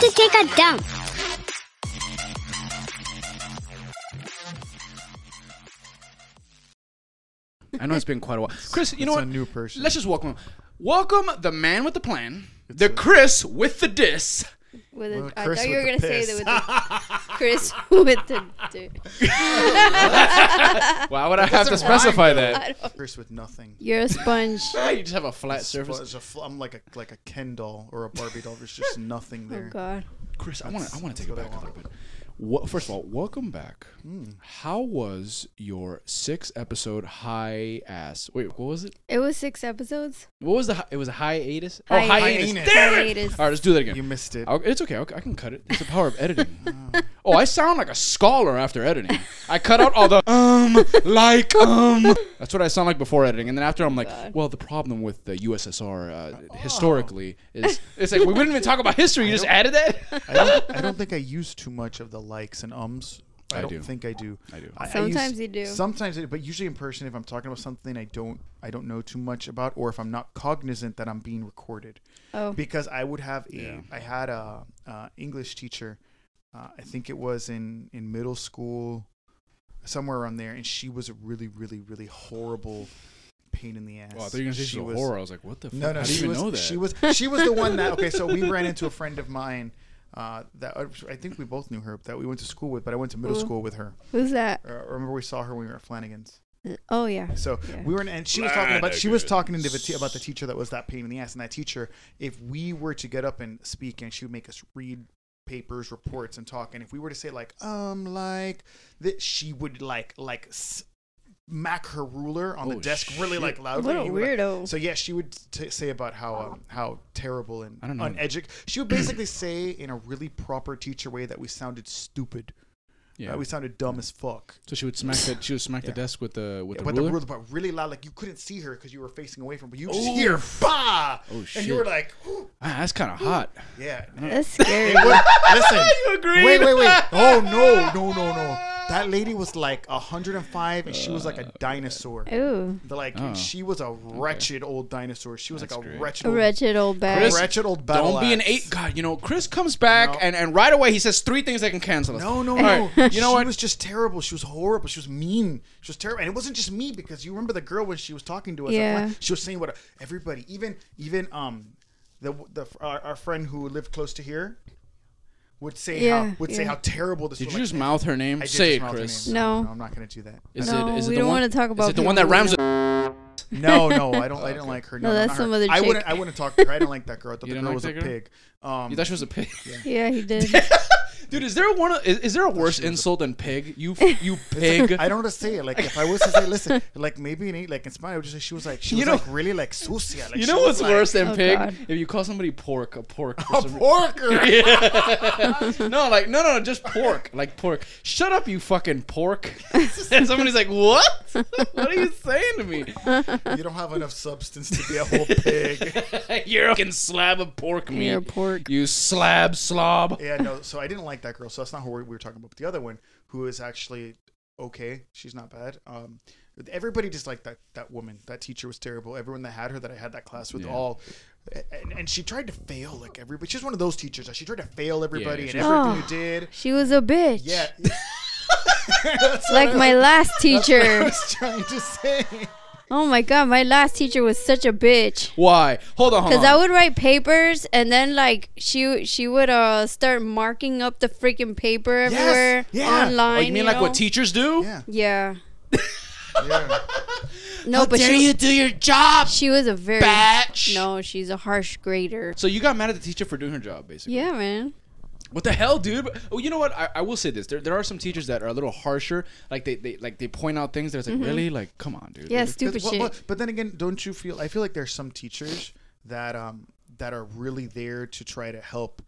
to take a dump. I know it's been quite a while. Chris, you know it's what? a new person. Let's just welcome him. Welcome the man with the plan, the Chris with the diss. With Well, a, I Chris thought you were with gonna the say piss. that with the, Chris with the. d- Why would I have to doesn't rhyme, specify that? I don't, Chris with nothing. you're a sponge. You just have a flat surface. There's a fl- I'm like a like a Ken doll or a Barbie doll. There's just nothing Oh there. God. Chris, I want to I want that's to take it what I back a little want. Hmm. bit. What, first of all, welcome back. How was your six episode high ass? Wait, what was it? It was six episodes. What was the hi- it was a hiatus? Hi- Oh, hiatus. Hiatus. Damn it! Hiatus. All right, let's do that again. You missed it. I'll- it's okay. I'll, I can cut it. It's the power of editing. oh, I sound like a scholar after editing. I cut out all the um, like um. That's what I sound like before editing, and then after I'm like, well, the problem with the USSR uh, historically is it's like we wouldn't even talk about history. You just added that. I don't, I don't think I use too much of the likes and ums. I, I don't do. think I do. I do. use- Sometimes you do. Sometimes I do, but usually in person, if I'm talking about something I don't, I don't know too much about, or if I'm not cognizant that I'm being recorded, Oh. because I would have a, I had a uh, English teacher, uh, I think it was in in middle school, somewhere around there, and she was a really, really, really horrible pain in the ass. Wow, Oh, I thought you were gonna say She she's a was- horror. I was like, what the? Fuck? no, no, How do she you even was, know that? She was she was the one that okay. So we ran into a friend of mine uh, that I think we both knew her that we went to school with, but I went to middle Ooh. school with her. Who's that? Uh, remember we saw her when we were at Flanagan's. Oh yeah. So Yeah. we were in, and she was talking about she was talking to the, te- about the teacher that was that pain in the ass, and that teacher, if we were to get up and speak, and she would make us read papers, reports, and talk, and if we were to say like um like that, she would like like. S- Mac her ruler on the Oh, desk really shit. like loudly. What a and you would, like, weirdo. so yeah, she would t- say about how um, how terrible and I don't know. uneducated. She would basically say in a really proper teacher way that we sounded stupid. yeah. that we sounded dumb as fuck. so she would smack that. She would smack the desk with the with Yeah, the but ruler. the ruler, but really loud, like you couldn't see her because you were facing away from. But you just hear bah, Oh, and you were shit. like, "Ooh." Ah, that's kind of hot. yeah. That's scary. It was- listen, You agreed. wait, wait, wait. Oh no, no, no, no. That lady was like 105, and she was like a dinosaur. Ooh. But like Uh, Oh. she was a wretched old dinosaur. She was like a great. wretched, A old, wretched old bag. Chris, wretched old battle. Don't be an axe. eight. God, you know, Chris comes back No. and, and right away he says three things that can cancel us. No, no, All no. right, You know she what? was just terrible. She was horrible. She was mean. She was terrible. And it wasn't just me because you remember the girl when she was talking to us. Yeah. like, She was saying what everybody, even even um the the our, our friend who lived close to here would say Yeah, how would say yeah. how terrible this Did was. you like, just mouth her name? I did Say just it, mouth her Chris. name. No. I'm not going to do that. Is No, it? Is it we the don't one, wanna talk Is about it the one that people we rhymes? with- No, no, I don't. I don't like her. No, No, not that's her. some other I chick. wouldn't. I wouldn't talk to her. I don't like that girl. I thought the You didn't girl like was that a girl? pig. Um, You thought she was a pig, Yeah, he did. dude. Is there one? Is, is there a worse insult than pig? You f- you pig. I don't know how to say it. Like if I was to say, listen, like maybe in eight, like in Spanish, I would just say she was like she You was know- like really like sucia. Like, you she know was, what's like, worse than Oh, pig? God. If you call somebody pork, a pork. for A some- porker. no, like no, no, no, just pork, like pork. Shut up, you fucking pork. and somebody's like, what? what are you saying to me? you don't have enough substance to be a whole pig. You're a fucking slab of pork meat. You're a pork. You slab slob. yeah, no. So I didn't like that girl. So that's not who we were talking about. But the other one, who is actually okay, she's not bad. Um, everybody disliked that that woman. That teacher was terrible. Everyone that had her, that I had that class with, Yeah. all. And, and she tried to fail like everybody. She's one of those teachers. That she tried to fail everybody she and was- everything you did. She was a bitch. Yeah, Like my last teacher. was trying to say. Oh my god, my last teacher was such a bitch. Why? Hold on, hold Cause on. I would write papers and then like she she would uh start marking up the freaking paper everywhere yeah. online. oh, you mean like know? what teachers do? Yeah, Yeah. yeah. No, but Dare she, you do your job? she was a very Batch. no. She's a harsh grader. So you got mad at the teacher for doing her job, basically. Yeah, man. What the hell, dude? But- Oh, you know what? I, I will say this: there, there are some teachers that are a little harsher. Like they, they like they point out things. That's like really like, come on, dude. Mm-hmm. Yeah, Because- stupid well, shit. well, but then again, don't you feel? I feel like there's some teachers that um that are really there to try to help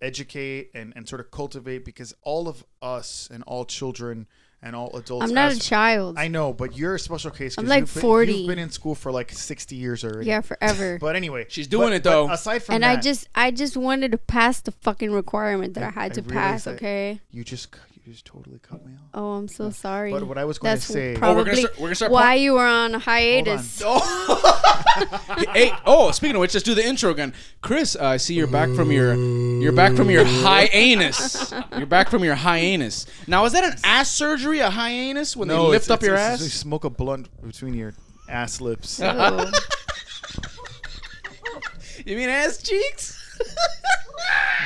educate and and sort of cultivate because all of us and all children and all adults. I'm not a as- child. I know, but you're a special case. 'cause I'm like you've been, 40. You've been in school for like 60 years already. yeah, forever. But anyway, She's doing but- it, though. but aside from and that, I just I just wanted to pass the fucking requirement that I, had I to realized pass. that- Okay. you just cu- you just totally cut me off. Oh, I'm so sorry. But what I was gonna That's say- Oh, we're gonna probably start- we're gonna start why you were on a hiatus. Oh. hey, oh, speaking of which, let's do the intro again. Chris, uh, I see you're back from your you're back from your hiatus. You're back from your hiatus. Now, is that an ass surgery, a hiatus, when they lift it's- up it's- your it's- ass? You smoke a blunt between your ass lips. Ew. you mean ass cheeks?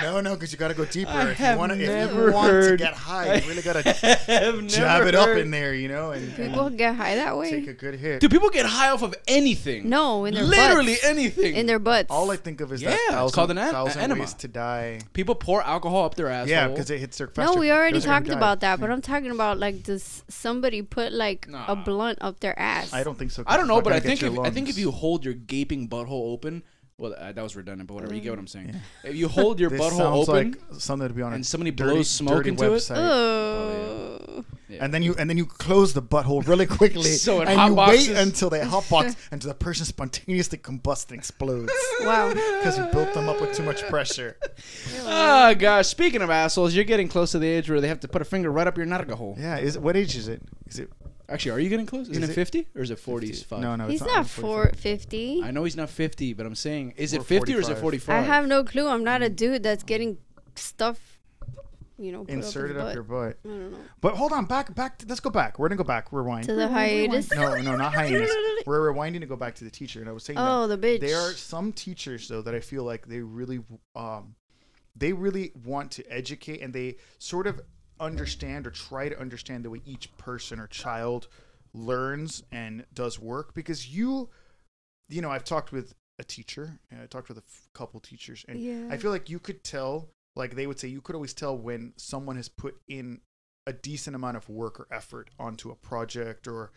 No, no, because you got to go deeper. I if you have want to, if never you want to heard- get high, you really got to I've jab never it up heard- in there, you know, and, and People get high that take way. a good hit. Do people get high off of anything? No, in their literally butts. anything. in their butts. All I think of is Yeah, that it's thousand, called an an- thousand enema. ways to die. people pour alcohol up their asshole. Yeah, because it hits their faster. no, we already Those are gonna talked die. about that, but I'm talking about like does somebody put like Nah. a blunt up their ass? I don't think so. 'cause I don't it's know, not but gonna I get think your if, I think if lungs. you hold your gaping butthole open, well, uh, that was redundant, but whatever. You get what I'm saying. If you hold your This butthole sounds open, like something to be on a and somebody dirty- blows smoke dirty into it? Ooh. website. Yeah. And then you and then you close the butthole really quickly, So it and you hotboxes. wait until they hotbox until the person spontaneously combusts and explodes Wow. because you built them up with too much pressure. oh gosh. Speaking of assholes, you're getting close to the age where they have to put a finger right up your narga hole. Yeah, is what age is it? Is it Actually, are you getting close? Isn't Is it, it- 50 or is it 45? no, no? He's it's not four. four fifty. I know he's not 50, but I'm saying, is Or it 50 or is it 45? I have no clue. I'm not a dude that's getting stuff, you know, put Inserted up, up his your butt. butt. I don't know. But hold on, back, back. To, let's go back. We're gonna go back. Rewind. To the hiatus. No, no, not hiatus. We're rewinding to go back to the teacher, and I was saying Oh, that the bitch. there are some teachers though that I feel like they really, um, they really want to educate, and they sort of understand or try to understand the way each person or child learns and does work because you, you know, I've talked with a teacher, and I talked with a f- couple teachers, and Yeah. I feel like you could tell, like they would say, you could always tell when someone has put in a decent amount of work or effort onto a project or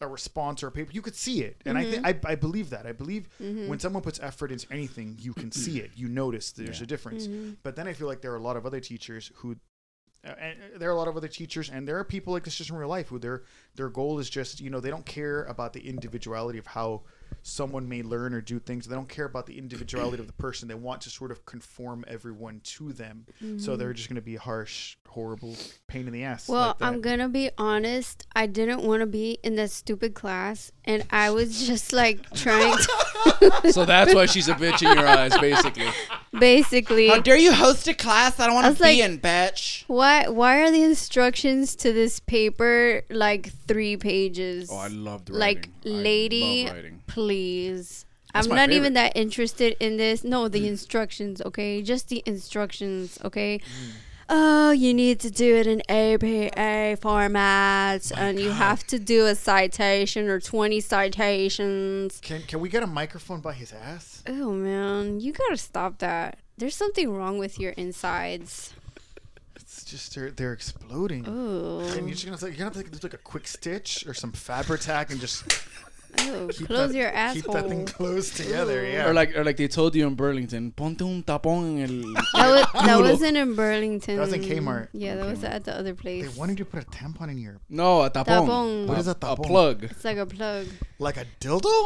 a response or a paper. You could see it, and I, Mm-hmm. th- I I believe that. I believe when someone puts effort into anything, you can see it. You notice there's a difference. Mm-hmm. But then I feel like there are a lot of other teachers who. uh, And uh, there are a lot of other teachers, and there are people like this just in real life who their their goal is just you know they don't care about the individuality of how someone may learn or do things. They don't care about the individuality of the person. They want to sort of conform everyone to them. So they're just going to be harsh, horrible pain in the ass. Mm-hmm. Well, like that. I'm gonna be honest. I didn't want to be in that stupid class, and I was just like trying to so that's why she's a bitch in your eyes, basically. basically. dare you host a class that I I want was like- bitch? Why? Why are the instructions to this paper like three pages? Oh, I loved writing. like I lady love writing. please That's i'm my not favorite. Mm. even that interested in this no the instructions okay just the instructions okay Mm. oh you need to do it in apa format and you have to do a citation or 20 citations Can can we get a microphone by his ass? oh man you gotta stop that there's something wrong with your insides It's just they're they're exploding. And oh you're just gonna take, you're gonna have to do like a quick stitch or some Fabri-Tac and just keep close that, your Keep asshole that thing closed together. Yeah. Or like, or like they told you in Burlington, ponte un tapón en el. that, was, that Culo. wasn't in Burlington. That was in Kmart. Yeah, that was Kmart. at the other place. they wanted you to put a tampon in your No, a tapón. Tapón. What is a A tapón? plug. It's like a plug. like a dildo.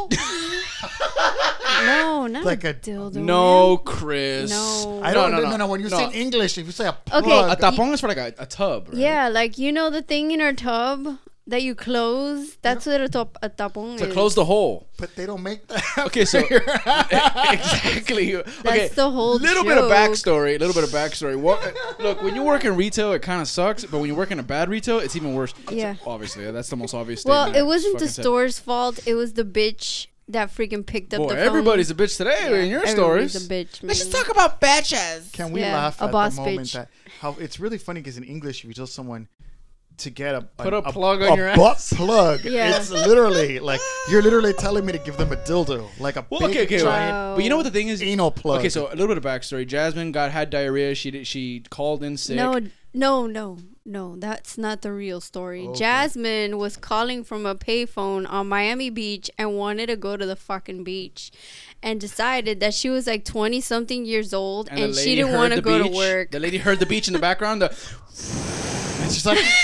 No, not Like a, a- dildo. No, man. Chris. No. I No, don't no, know. no. No, no. When you No. say in English, if you say a plug, Okay. A tapón is for like a, a tub. Right? Yeah, like you know the thing in our tub that you close. That's what a top a tapón To is. close the hole. but they don't make that. Okay, so exactly. okay, the whole Little bit of joke. backstory. A little bit of backstory. What, look, when you work in retail, it kind of sucks. But when you work in a bad retail, it's even worse. Yeah. obviously, that's the most obvious. well, statement I it just wasn't the fucking said. store's fault. It was the bitch that freaking picked up Boy, the phone. everybody's a bitch today Yeah, in your everybody's stories. a bitch. Man. Let's just talk about bitches. Can we Yeah, laugh a at boss the moment bitch. that how it's really funny because in English, if you tell someone to get a Put a plug on a your butt ass. plug, Yeah. it's literally like you're literally telling me to give them a dildo, like a Well, big okay, okay. giant Wow. But you know what the thing is? anal plug. Okay, so a little bit of backstory. Jasmine got had diarrhea. She did, she called in sick. No, no, no, no. That's not the real story. Okay. Jasmine was calling from a payphone on Miami Beach and wanted to go to the fucking beach, and decided that she was like twenty something years old and, the she lady didn't heard want to the go to beach. work. The lady heard the beach in the background. The, it's just like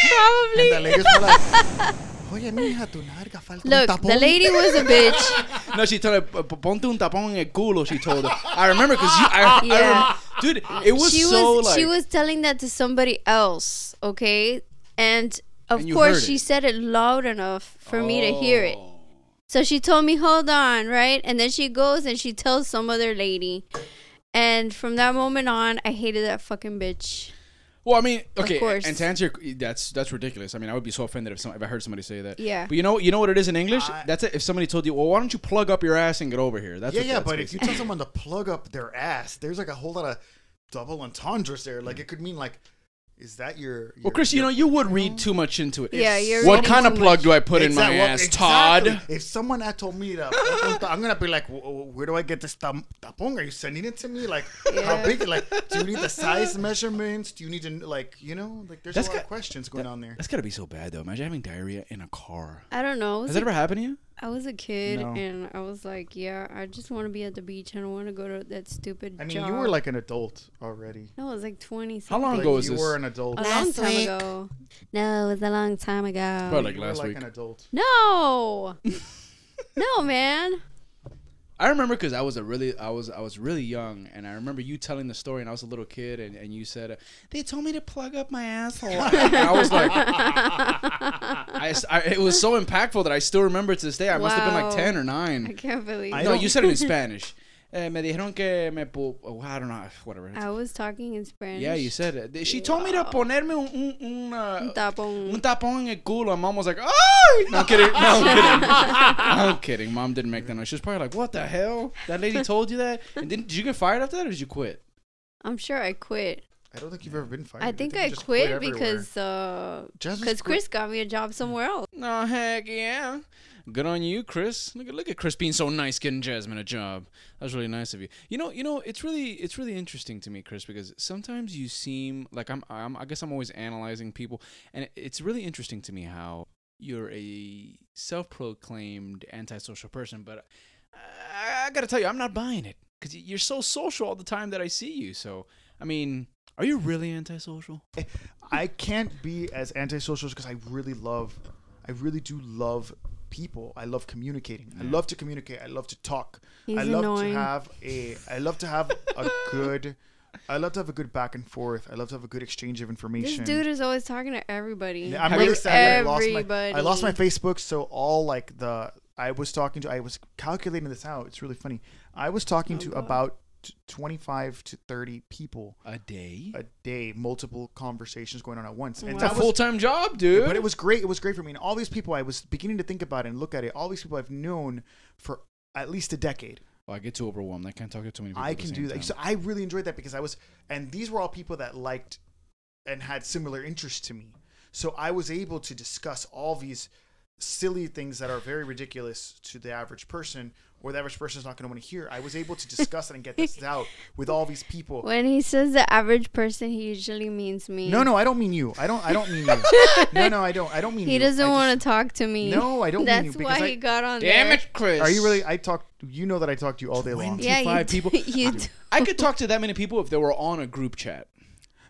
Probably. and the ladies were like, "Oye, mija, tu narga falta un Look, the tapón." lady was a bitch. no, she told her, "P- p- ponte un tapón en el culo, she told her. I remember because you, I, Yeah. I rem- dude, it was she so was like, she was telling that to somebody else, okay? And of And you course heard she it. Oh. said it loud enough for me to hear it. So she told me, hold on, right? And then she goes and she tells some other lady. And from that moment on, I hated that fucking bitch. Well, I mean, okay, course. and to answer your, that's that's ridiculous. I mean, I would be so offended if some, if I heard somebody say that. Yeah. But you know, you know what it is in English. I- that's it. If somebody told you, well, why don't you plug up your ass and get over here? That's yeah, what- yeah, that's but if you basically- tell someone to plug up their ass, there's like a whole lot of double entendres there. Like it could mean like, is that your? well, Chris, you know, you would read too much into it. Mm-hmm. Yeah, you're What reading kind of too plug much. do I put in my Exact- well, ass, exactly. Todd? If someone had told me that, I'm gonna be like, "Wh- wh- where do I get this tam- tapong? Are you sending it to me? Like, how Yeah. big? Like, do you need the size measurements? Do you need to like, you know, like there's That's a lot got- of questions going on there. That's gotta be so bad though. Imagine having diarrhea in a car. I don't know. I Has was, that a, ever happened to you? I was a kid No. and I was like, yeah, I just want to be at the beach. I don't want to go to that stupid I mean, job. you were like an adult already. no, it was like 20 How long something. Like, ago was you this? were an adult. A long time ago. No, it was a long time ago. Probably like you were last like week. an adult. No. no, man. I remember because I was a really I was I was really young, and I remember you telling the story, and I was a little kid, and, and you said uh, they told me to plug up my asshole. and I was like, I s I it was so impactful that I still remember it to this day. I must have been like Wow. ten or nine. I can't believe I no, don't- you said it in Spanish. Eh, me dijeron que me pu- oh, I don't know, whatever. I was talking in Spanish. Yeah, you said it. She told me to ponerme un un, un, Un uh, tapón. un tapón en el culo. And mom was like, oh! No, I'm kidding. No, I'm kidding. I'm kidding. Mom didn't make that noise. She was probably like, what the hell? That lady told you that? And didn't, did you get fired after that or did you quit? I'm sure I quit. I don't think you've ever been fired. I think you I just quit everywhere. because uh Jasmine's because quit- Chris got me a job somewhere else. No, heck yeah. Good on you, Chris. Look at look at Chris being so nice, getting Jasmine a job. That was really nice of you. You know, you know, it's really it's really interesting to me, Chris, because sometimes you seem like I'm, I'm I guess I'm always analyzing people, and it- it's really interesting to me how you're a self-proclaimed antisocial person, but I, I gotta tell you, I'm not buying it because you're so social all the time that I see you. So, I mean, are you really antisocial? I can't be as antisocial because I really love, I really do love people. I love communicating. I love to communicate. I love to talk. He's I love annoying. to have a. I love to have a good. I love to have a good back and forth. I love to have a good exchange of This information. dude is always talking to everybody. I'm Have really you- sad that I lost my. Everybody. I lost my Facebook, so all like the I was talking to. I was calculating this out. It's really funny. I was talking Oh, to about t- 25 to 30 people A day? a day, multiple conversations going on at once. And Wow. It's that a was- full-time job, dude. but it was great. It was great for me. And all these people, I was beginning to think about it and look at it. All these people I've known for at least a decade. Oh, I get too overwhelmed. I can't talk to too many people. I at the can same do that. time. So I really enjoyed that because I was, and these were all people that liked and had similar interests to me. So I was able to discuss all these silly things that are very ridiculous to the average person or the average person's not going to want to hear. I was able to discuss it and get this out with all these people. When he says the average person, he usually means me. No, no, I don't mean you. I don't. I don't mean you. No, no, I don't. I don't mean you. He doesn't I just- want to talk to me. No, I don't mean That's you, because why I- he got on Damn there. it, Chris. Are you really? I talked. You know that I talked to you all day long. Yeah, you, Five d- people. you d- I could talk to that many people if they were on a group chat.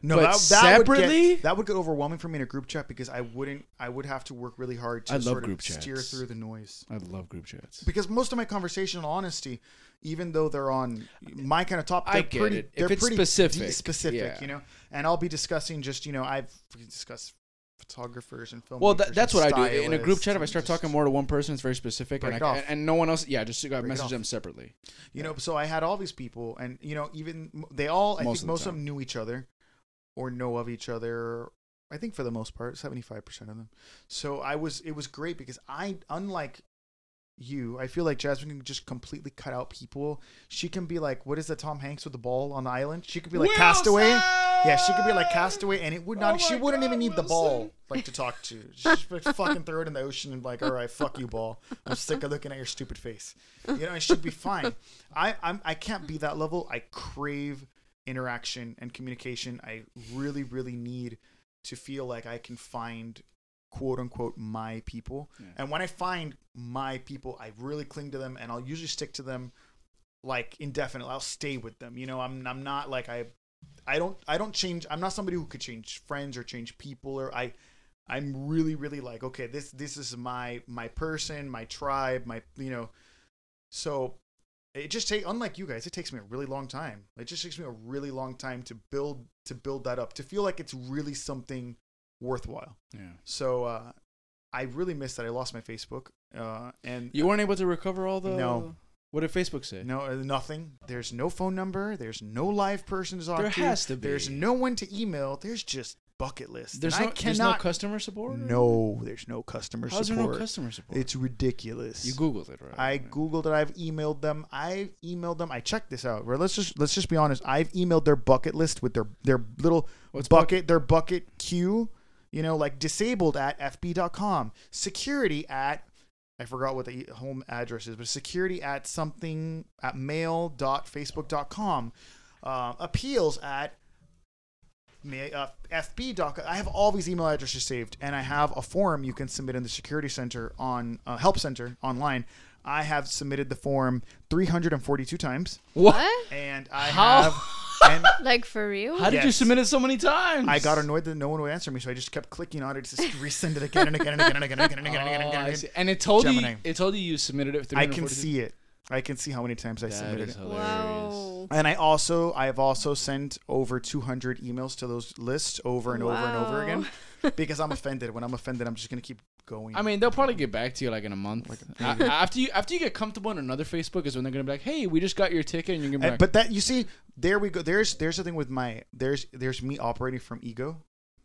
No, But Would separately? get, that would get overwhelming for me in a group chat because I wouldn't. I would have to work really hard to I love sort group of steer chats. through the noise. I love group chats. Because most of my conversational honesty, even though they're on my kind of topic, I they're get pretty, it. If They're it's pretty specific, de- specific, yeah. you know. And I'll be discussing just you know I've discussed photographers and filmmakers. Well, that, that's and what I do in a group stylists chat. If I and start just- talking more to one person, it's very specific, and, Break I, it off. and and no one else. Yeah, just I it message off. them separately. You know, so I had all these people, and you know, even m- they all, I Most of think the most of time. them knew each other or know of each other. I think for the most part, 75% of them. So I was, it was great because I, unlike you, I feel like Jasmine can just completely cut out people. She can be like, what is that Tom Hanks with the ball on the island? She could be like Castaway. Yeah, she could be like Castaway, and it would not, Oh she my wouldn't even God, need the Wilson. ball like to talk to. She'd be like, fucking throw it in the ocean and be like, all right, fuck you, ball. I'm sick of looking at your stupid face. You know, it should be fine. I I'm, I can't be that level. I crave interaction and communication. I really really need to feel like I can find quote unquote my people. Yeah. And when I find my people, I really cling to them, and I'll usually stick to them like indefinite. I'll stay with them. You know, I'm I'm not like I I don't I don't change. I'm not somebody who could change friends or change people or I I'm really really like okay this this is my my person, my tribe, my you know. So it just take unlike you guys, it takes me a really long time. It just takes me a really long time to build to build that up to feel like it's really something worthwhile. Yeah. So uh, I really miss that I lost my Facebook. Uh, and You weren't able to recover all the. No. What did Facebook say? no, uh, nothing. There's no phone number. There's no live person to talk There to. has to There's be. no one to email. There's just bucket list. There's and no, I there's no cannot. customer support. no, there's no customer How's there support. no customer support? It's ridiculous. you googled it, right? I googled it. I've emailed them. I've emailed them. I checked this out. Right, Let's just let's just be honest. I've emailed their bucket list with their their little What's bucket, their bucket queue. You know, like disabled at fb.com, security at I forgot what the e- home address is, but security at something at mail.facebook.com, uh, appeals at ma- uh, FB doc. I have all these email addresses saved, and I have a form you can submit in the security center on uh, help center online. I have submitted the form 342 times, What? What? and I How? have. And Like for real? How did you Yes. submit it so many times? I got annoyed that no one would answer me, so I just kept clicking on it to just resend it again and again and again and again and again and again and again. And Oh, again, I see. And it told Gemini. you it told you you submitted it. I can see it. I can see how many times I That submitted is it. hilarious. Wow. And I also I have also sent over 200 emails to those lists over and over and over Wow. again because I'm offended. When I'm offended, I'm just gonna keep going. I mean, they'll probably get back to you like in a month. A- after you after you get comfortable in another Facebook is when they're gonna be like, hey, we just got your ticket, and you're gonna be And- like, but that you see, there we go. There's there's the thing with my there's there's me operating from ego,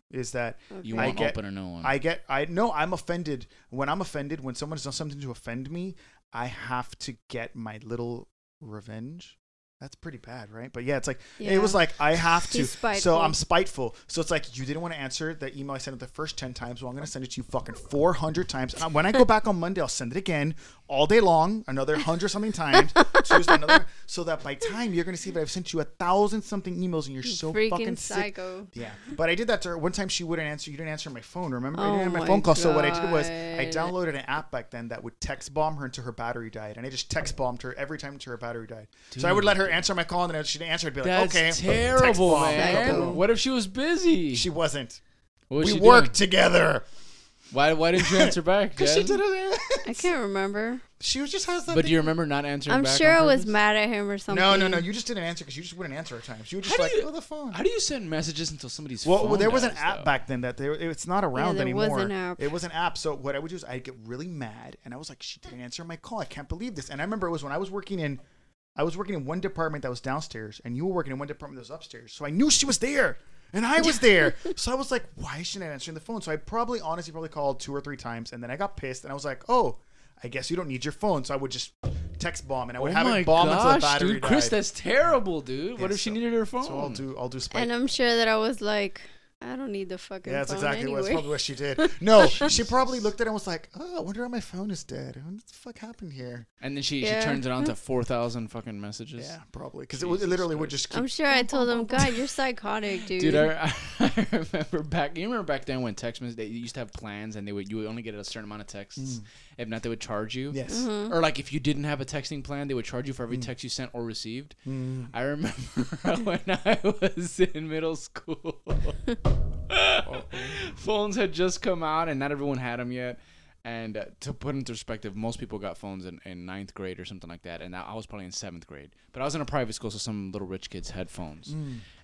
is that you I won't get- open a new one. I get I no I'm offended when I'm offended when someone's done something to offend me. I have to get my little revenge. That's pretty bad, right? But yeah, it's like Yeah. it was like I have to. He's So spiteful. I'm spiteful. So it's like you didn't want to answer the email I sent it the first ten times. Well, I'm gonna send it to you fucking four hundred times. And when I go back on Monday, I'll send it again all day long, another hundred something times. Tuesday, another. So that by time you're gonna see that I've sent you a thousand something emails, and you're so Freaking fucking sick psycho. yeah, but I did that to her. One time she wouldn't answer. You didn't answer my phone. Remember? I Oh didn't have my my phone call. So what I did was I God. downloaded an app back then that would text bomb her until her battery died, and I just text bombed her every time until her battery died. So I would let her answer my call, and then she'd answer. I'd be like, That's okay, text terrible, bomb. man. Psycho. What if she was busy? oh. She wasn't. What was we she doing? worked together. Why Why didn't you answer back? Cause she Jen? did it. I can't remember. She was just has that. But thing- do you remember not answering? I'm back sure on I was purpose? mad at him or something. no, no, no. You just didn't answer because you just wouldn't answer at times. You were just How like, do you- oh, the phone. How do you send messages until somebody's Well, phone? well, there was an dies, app though? back then that there, it's not around there anymore. was an app. It was an app. So what I would do is I'd get really mad, and I was like, "She didn't answer my call. I can't believe this." And I remember it was when I was working in, I was working in one department that was downstairs, and you were working in one department that was upstairs. So I knew she was there, and I was there. so I was like, "Why is she not answering the phone?" So I probably, honestly, probably called two or three times, and then I got pissed, and I was like, "Oh." I guess you don't need your phone, so I would just text bomb, and I would Oh have my it bomb until the gosh, battery dude, Chris, died. that's terrible, dude. what Yeah, if she so- needed her phone? So I'll do, I'll do spike. And I'm sure that I was like, I don't need the fucking Yeah, that's phone exactly anyway. what, that's probably what she did. No, she probably looked at it and was like, "Oh, I wonder how my phone is dead. What the fuck happened here?" And then she, Yeah. she turns it on to four thousand fucking messages. Yeah, probably because it, would- it Jesus literally would just I'm keep. sure I told him, God, you're psychotic, dude. Dude, I, I remember back. You remember back then when text messages they used to have plans and they would you would only get a certain amount of texts. If not, they would charge you. Yes. Or like if you didn't have a texting plan, they would charge you for every text you sent or received. I remember when I was in middle school, phones had just come out and not everyone had them yet. And uh, to put into perspective, most people got phones in, in ninth grade or something like that, and I I was probably in seventh grade. But I was in a private school, so some little rich kids had phones.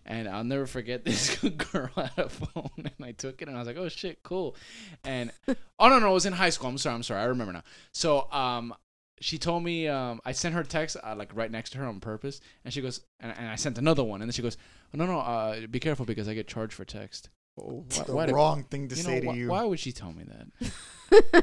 And I'll never forget this girl had a phone, and I took it, and I was like, "Oh shit, cool." And oh no, no, it was in high school. I'm sorry, I'm sorry, I remember now. So um, she told me um, I sent her a text uh, like right next to her on purpose, and she goes, and, and I sent another one, and then she goes, no, no, uh, be careful because I get charged for text. Oh, Why- the why did- wrong thing to you know, say wh- to you. why would she tell me that?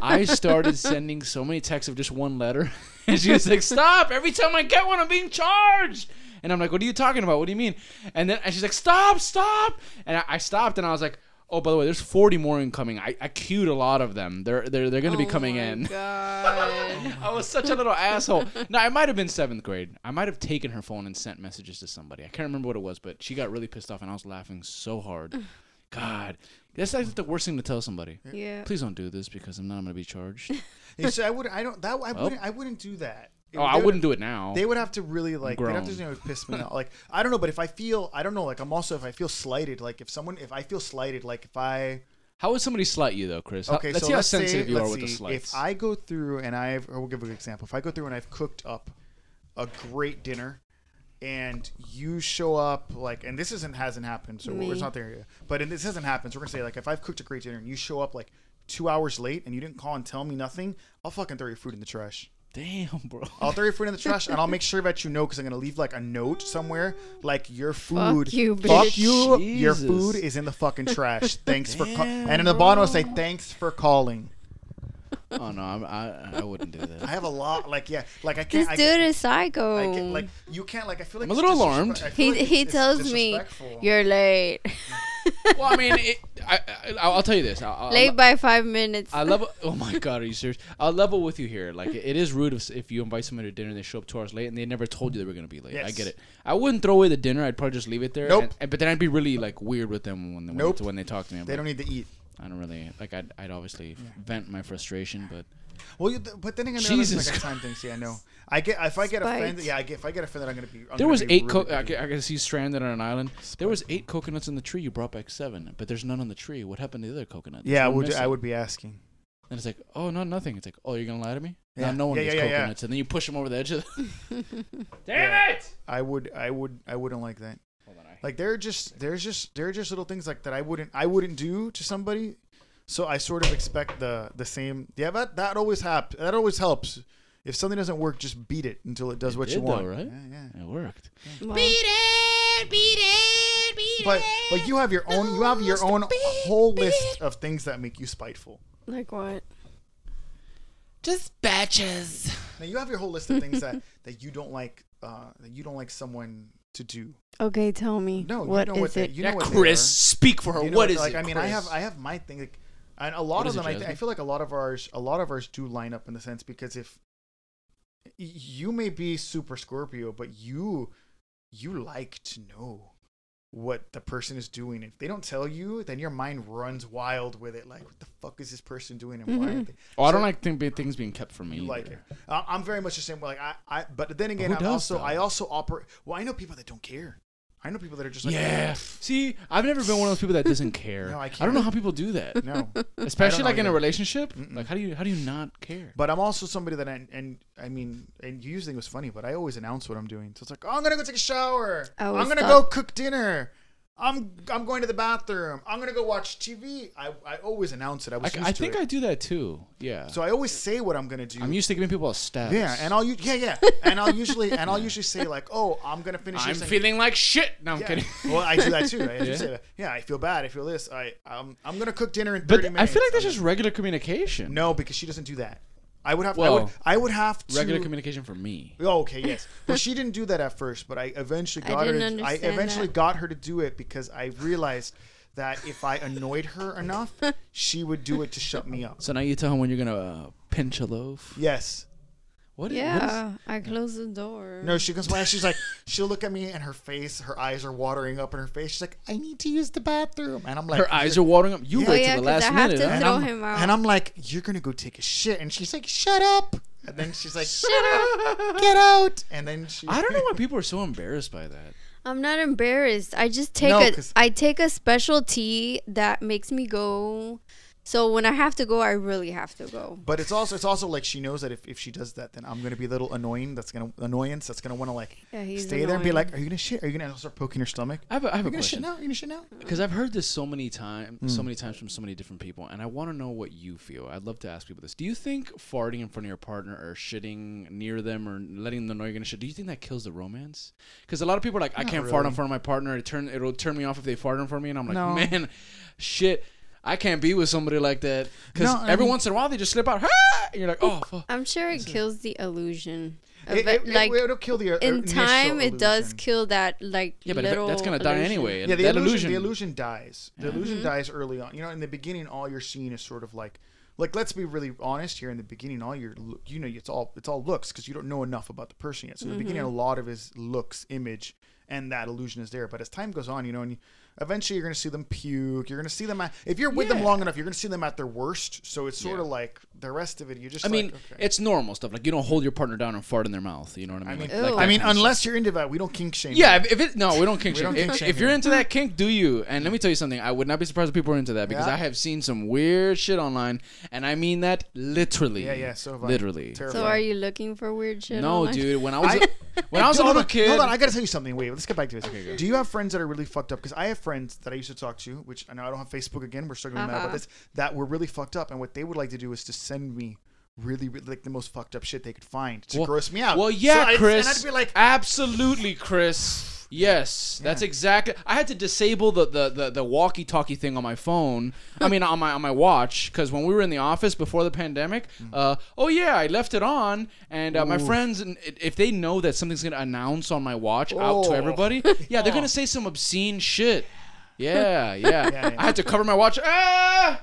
I started sending so many texts of just one letter, and she was like, "Stop! Every time I get one, I'm being charged." And I'm like, "What are you talking about? What do you mean?" And then and she's like, "Stop! Stop!" And I, I stopped, and I was like, "Oh, by the way, there's 40 more incoming. I, I queued a lot of them. They're they're they're gonna be Oh coming my in." God. I was such a little asshole. No, I might have been seventh grade. I might have taken her phone and sent messages to somebody. I can't remember what it was, but she got really pissed off, and I was laughing so hard. God, that's like the worst thing to tell somebody. yeah. Please don't do this because I'm not going to be charged. You see, I would. I don't. That I Well. wouldn't. I wouldn't do that. It oh, would- I they would- wouldn't do it now. They would have to really like. They'd have to grown. you know, piss me off. Like I don't know, but if I feel, I don't know. Like I'm also if I feel slighted. Like if someone, if I feel slighted, like if I. How would somebody slight you though, Chris? How- Okay, Uh, let's so see how let's sensitive say, you are let's with the see, slights. If I go through and I've, or we'll give an example. If I go through and I've cooked up a great dinner, and you show up like, and this isn't hasn't happened, so Me. it's not there yet. But and this hasn't happened, so we're gonna say like, if I've cooked a great dinner and you show up like two hours late and you didn't call and tell me nothing, I'll fucking throw your food in the trash. Damn, bro. I'll throw your food in the trash and I'll make sure that you know because I'm gonna leave like a note somewhere like your food. you, Fuck bitch. you. Your Jesus. food is in the fucking trash. Thanks for ca- Damn, and in the bottom I'll bro. say thanks for calling. Oh no, I'm, I I wouldn't do I that. have a lot like yeah like I This can't I, dude is I psycho. can't, like you can't like I feel like I'm a it's little disrespect- alarmed. I feel he like it's- he it's tells me disrespectful. you're late, well, I mean, it, I, I I'll tell you this. I, I, late by five minutes. I level. Oh my god, are you serious? I'll level with you here. Like it is rude if, if you invite somebody to dinner and they show up two hours late and they never told you they were gonna be late. I Yes. get it. I wouldn't throw away the dinner. I'd probably just leave it there. Nope. and- and- but then I'd be really like weird with them when when, Nope. when they talk to me. I'm they like, don't need to eat. I don't really like. I'd, I'd obviously vent my frustration, but Well, you, but then again, Jesus Jesus like a time things. Yeah, I know. I get if I get Spite. offended. Yeah, I get if I get offended, I'm gonna be. I'm there gonna was be eight. really Co- I, petty. can, I can see stranded on an island. There was eight coconuts in the tree. You brought back seven, but there's none on the tree. What happened to the other coconuts? yeah, I We're would. I missing. would be asking. And it's like, oh no, nothing. It's like, oh, you're gonna lie to me? Yeah. No, no one Yeah, gets yeah, yeah, yeah. coconuts, and then you push them over the edge of. The- Damn Yeah. it! I would. I would. I wouldn't like that. Hold on, I- Like there are just there's just there are just little things like that I wouldn't I wouldn't do to somebody. So I sort of expect the the same. Yeah, that that always happens. That always helps. If something doesn't work, just beat it until it does what you did, though, want. right? Yeah, yeah. It worked. Wow. it, beat it, beat But but you have your own you have your own whole list of things that make you spiteful. Like what? Just batches. Now you have your whole list of things that that you don't like uh that you don't like someone to do. Okay, tell me. No, what you is know what they, it? you know what they Chris, are. speak for her. You know what is like? it? I mean, I have I have my thing, like, and a lot What of is it, them. I, th- I Jasmine? feel like a lot of ours, a lot of ours do line up in the sense because if y- you may be super Scorpio, but you you like to know what the person is doing. If they don't tell you, then your mind runs wild with it. Like, what the fuck is this person doing, and why? Are Mhm. they? oh, I don't so- like think, be- things being kept from me. You like it. either. I- I'm very much the same. way. Like, I, I, but then again, who I'm does, also, though? I also operate. Well, I know people that don't care. I know people that are just like, yeah. See, I've never been one of those people that doesn't care. No, I don't know can't. how people do that, no. especially like in a either. relationship. Mm-mm. Like, how do you how do you not care? But I'm also somebody that, I, and I mean, and you usually think it was funny, but I always announce what I'm doing. So it's like, oh, I'm gonna go take a shower. I I'm always gonna thought- go cook dinner. I'm I'm going to the bathroom. I'm gonna go watch TV. I, I always announce it. I was I, used I to think it. I do that too. Yeah. so I always say what I'm gonna do. I'm used to giving people a status. yeah, and I'll u- yeah yeah, and I'll usually and I'll usually say like, oh, I'm gonna finish. I'm this and- feeling like shit. No, I'm Yeah. kidding. well, I do that too. I yeah. Yeah. Say that. yeah, I feel bad. I feel this. I I'm, I'm gonna cook dinner in 30 But minutes. I feel like that's I'm just regular communication. no because she doesn't do that. I would have. I would. Well, I would have to. regular communication for me. Oh, okay, yes. Well, she didn't do that at first, but I eventually I got her. didn't To, I understand eventually that. got her to do it because I realized that if I annoyed her enough, she would do it to shut me up. So now you tell him when you're gonna uh, pinch a loaf. Yes. What? i- Yeah, I closed the door. No, she comes by. She's like, she'll look at me, and her face, her eyes are watering up in her face. She's like, I need to use the bathroom, and I'm What like, is, her eyes are watering up. You Yeah. wait till oh yeah, the 'cause last I have minute. to huh? and throw I'm, him out. And I'm like, you're gonna go take a shit, and she's like, shut up. And then she's like, shut up, get out. And then she, I don't know why people are so embarrassed by that. I'm not embarrassed. I just take No, a 'cause- I take a special tea that makes me go. So when I have to go, I really have to go. But it's also it's also like she knows that if, if she does that, then I'm gonna be a little annoying. That's gonna annoyance. That's gonna want to like Yeah, he's stay there and be annoying. like, are you gonna shit? Are you gonna start poking her stomach? I have a, I have Are a you gonna Hmm. shit question now? Are you gonna shit now? because I've heard this so many times, so many times from so many different people, and I want to know what you feel. I'd love to ask people this. Do you think farting in front of your partner or shitting near them or letting them know you're gonna shit? Do you think that kills the romance? Because a lot of people are like, I can't fart in really. front of my partner. It turn it'll turn me off if they fart in front of me, and I'm like, No. man, shit. I can't be with somebody like that because No, I every mean- once in a while they just slip out, "Ah!" and you're like, oh, fuck. I'm sure it kills the illusion. of It, it, it, like it, it'll kill the uh, in initial time, it does illusion. kill that like Yeah, but little. that's gonna die illusion. anyway. and Yeah, the that Mm-hmm. illusion, the illusion dies. The illusion dies early on. You know, in the beginning, all you're seeing is sort of like, like let's be really honest here. In the beginning, all your, lo- you know, it's all it's all looks because you don't know enough about the person yet. So in the Mm-hmm. beginning, a lot of his looks, image, and that illusion is there. But as time goes on, you know, and you, eventually you're gonna see them puke. You're gonna see them at, if you're with them Yeah. long enough, you're gonna see them at their worst. So it's sort Yeah. of like the rest of it. You just, I like, mean, okay. it's normal stuff. Like you don't hold your partner down and fart in their mouth. You know what I I mean, mean? Like- like Ew. that I mean, kind of stuff. unless you're into that, we don't kink shame. Yeah, if, if it no, we don't kink We shame. don't kink If, shame if you're here. into that kink, do you? And let me tell you something. I would not be surprised if people were into that because Yeah. I have seen some weird shit online, and I mean that literally. yeah, yeah. So have I. literally. Terrifying. So are you looking for weird shit? No, online? dude. When I was I- When I was a Hold little on, kid, Hold on, I gotta tell you something. Wait, let's get back to this. Okay, go. Do you have friends that are really fucked up? Because I have friends that I used to talk to, which I know I don't have Facebook again. We're struggling mad about Uh-huh. this. That were really fucked up, and what they would like to do is to send me really, really like the most fucked up shit they could find to Well- gross me out. Well, So yeah, I- Chris. And I'd be like, absolutely, Chris. Yes, that's exactly. I had to disable the the, the, the walkie-talkie thing on my phone. I mean, on my on my watch, because when we were in the office before the pandemic, Mm. uh, oh yeah, I left it on, and uh, my friends, and i- if they know that something's gonna announce on my watch out to Oh. everybody, yeah, they're gonna say some obscene shit. Yeah, yeah. Yeah, yeah. I had to cover my watch. Ah!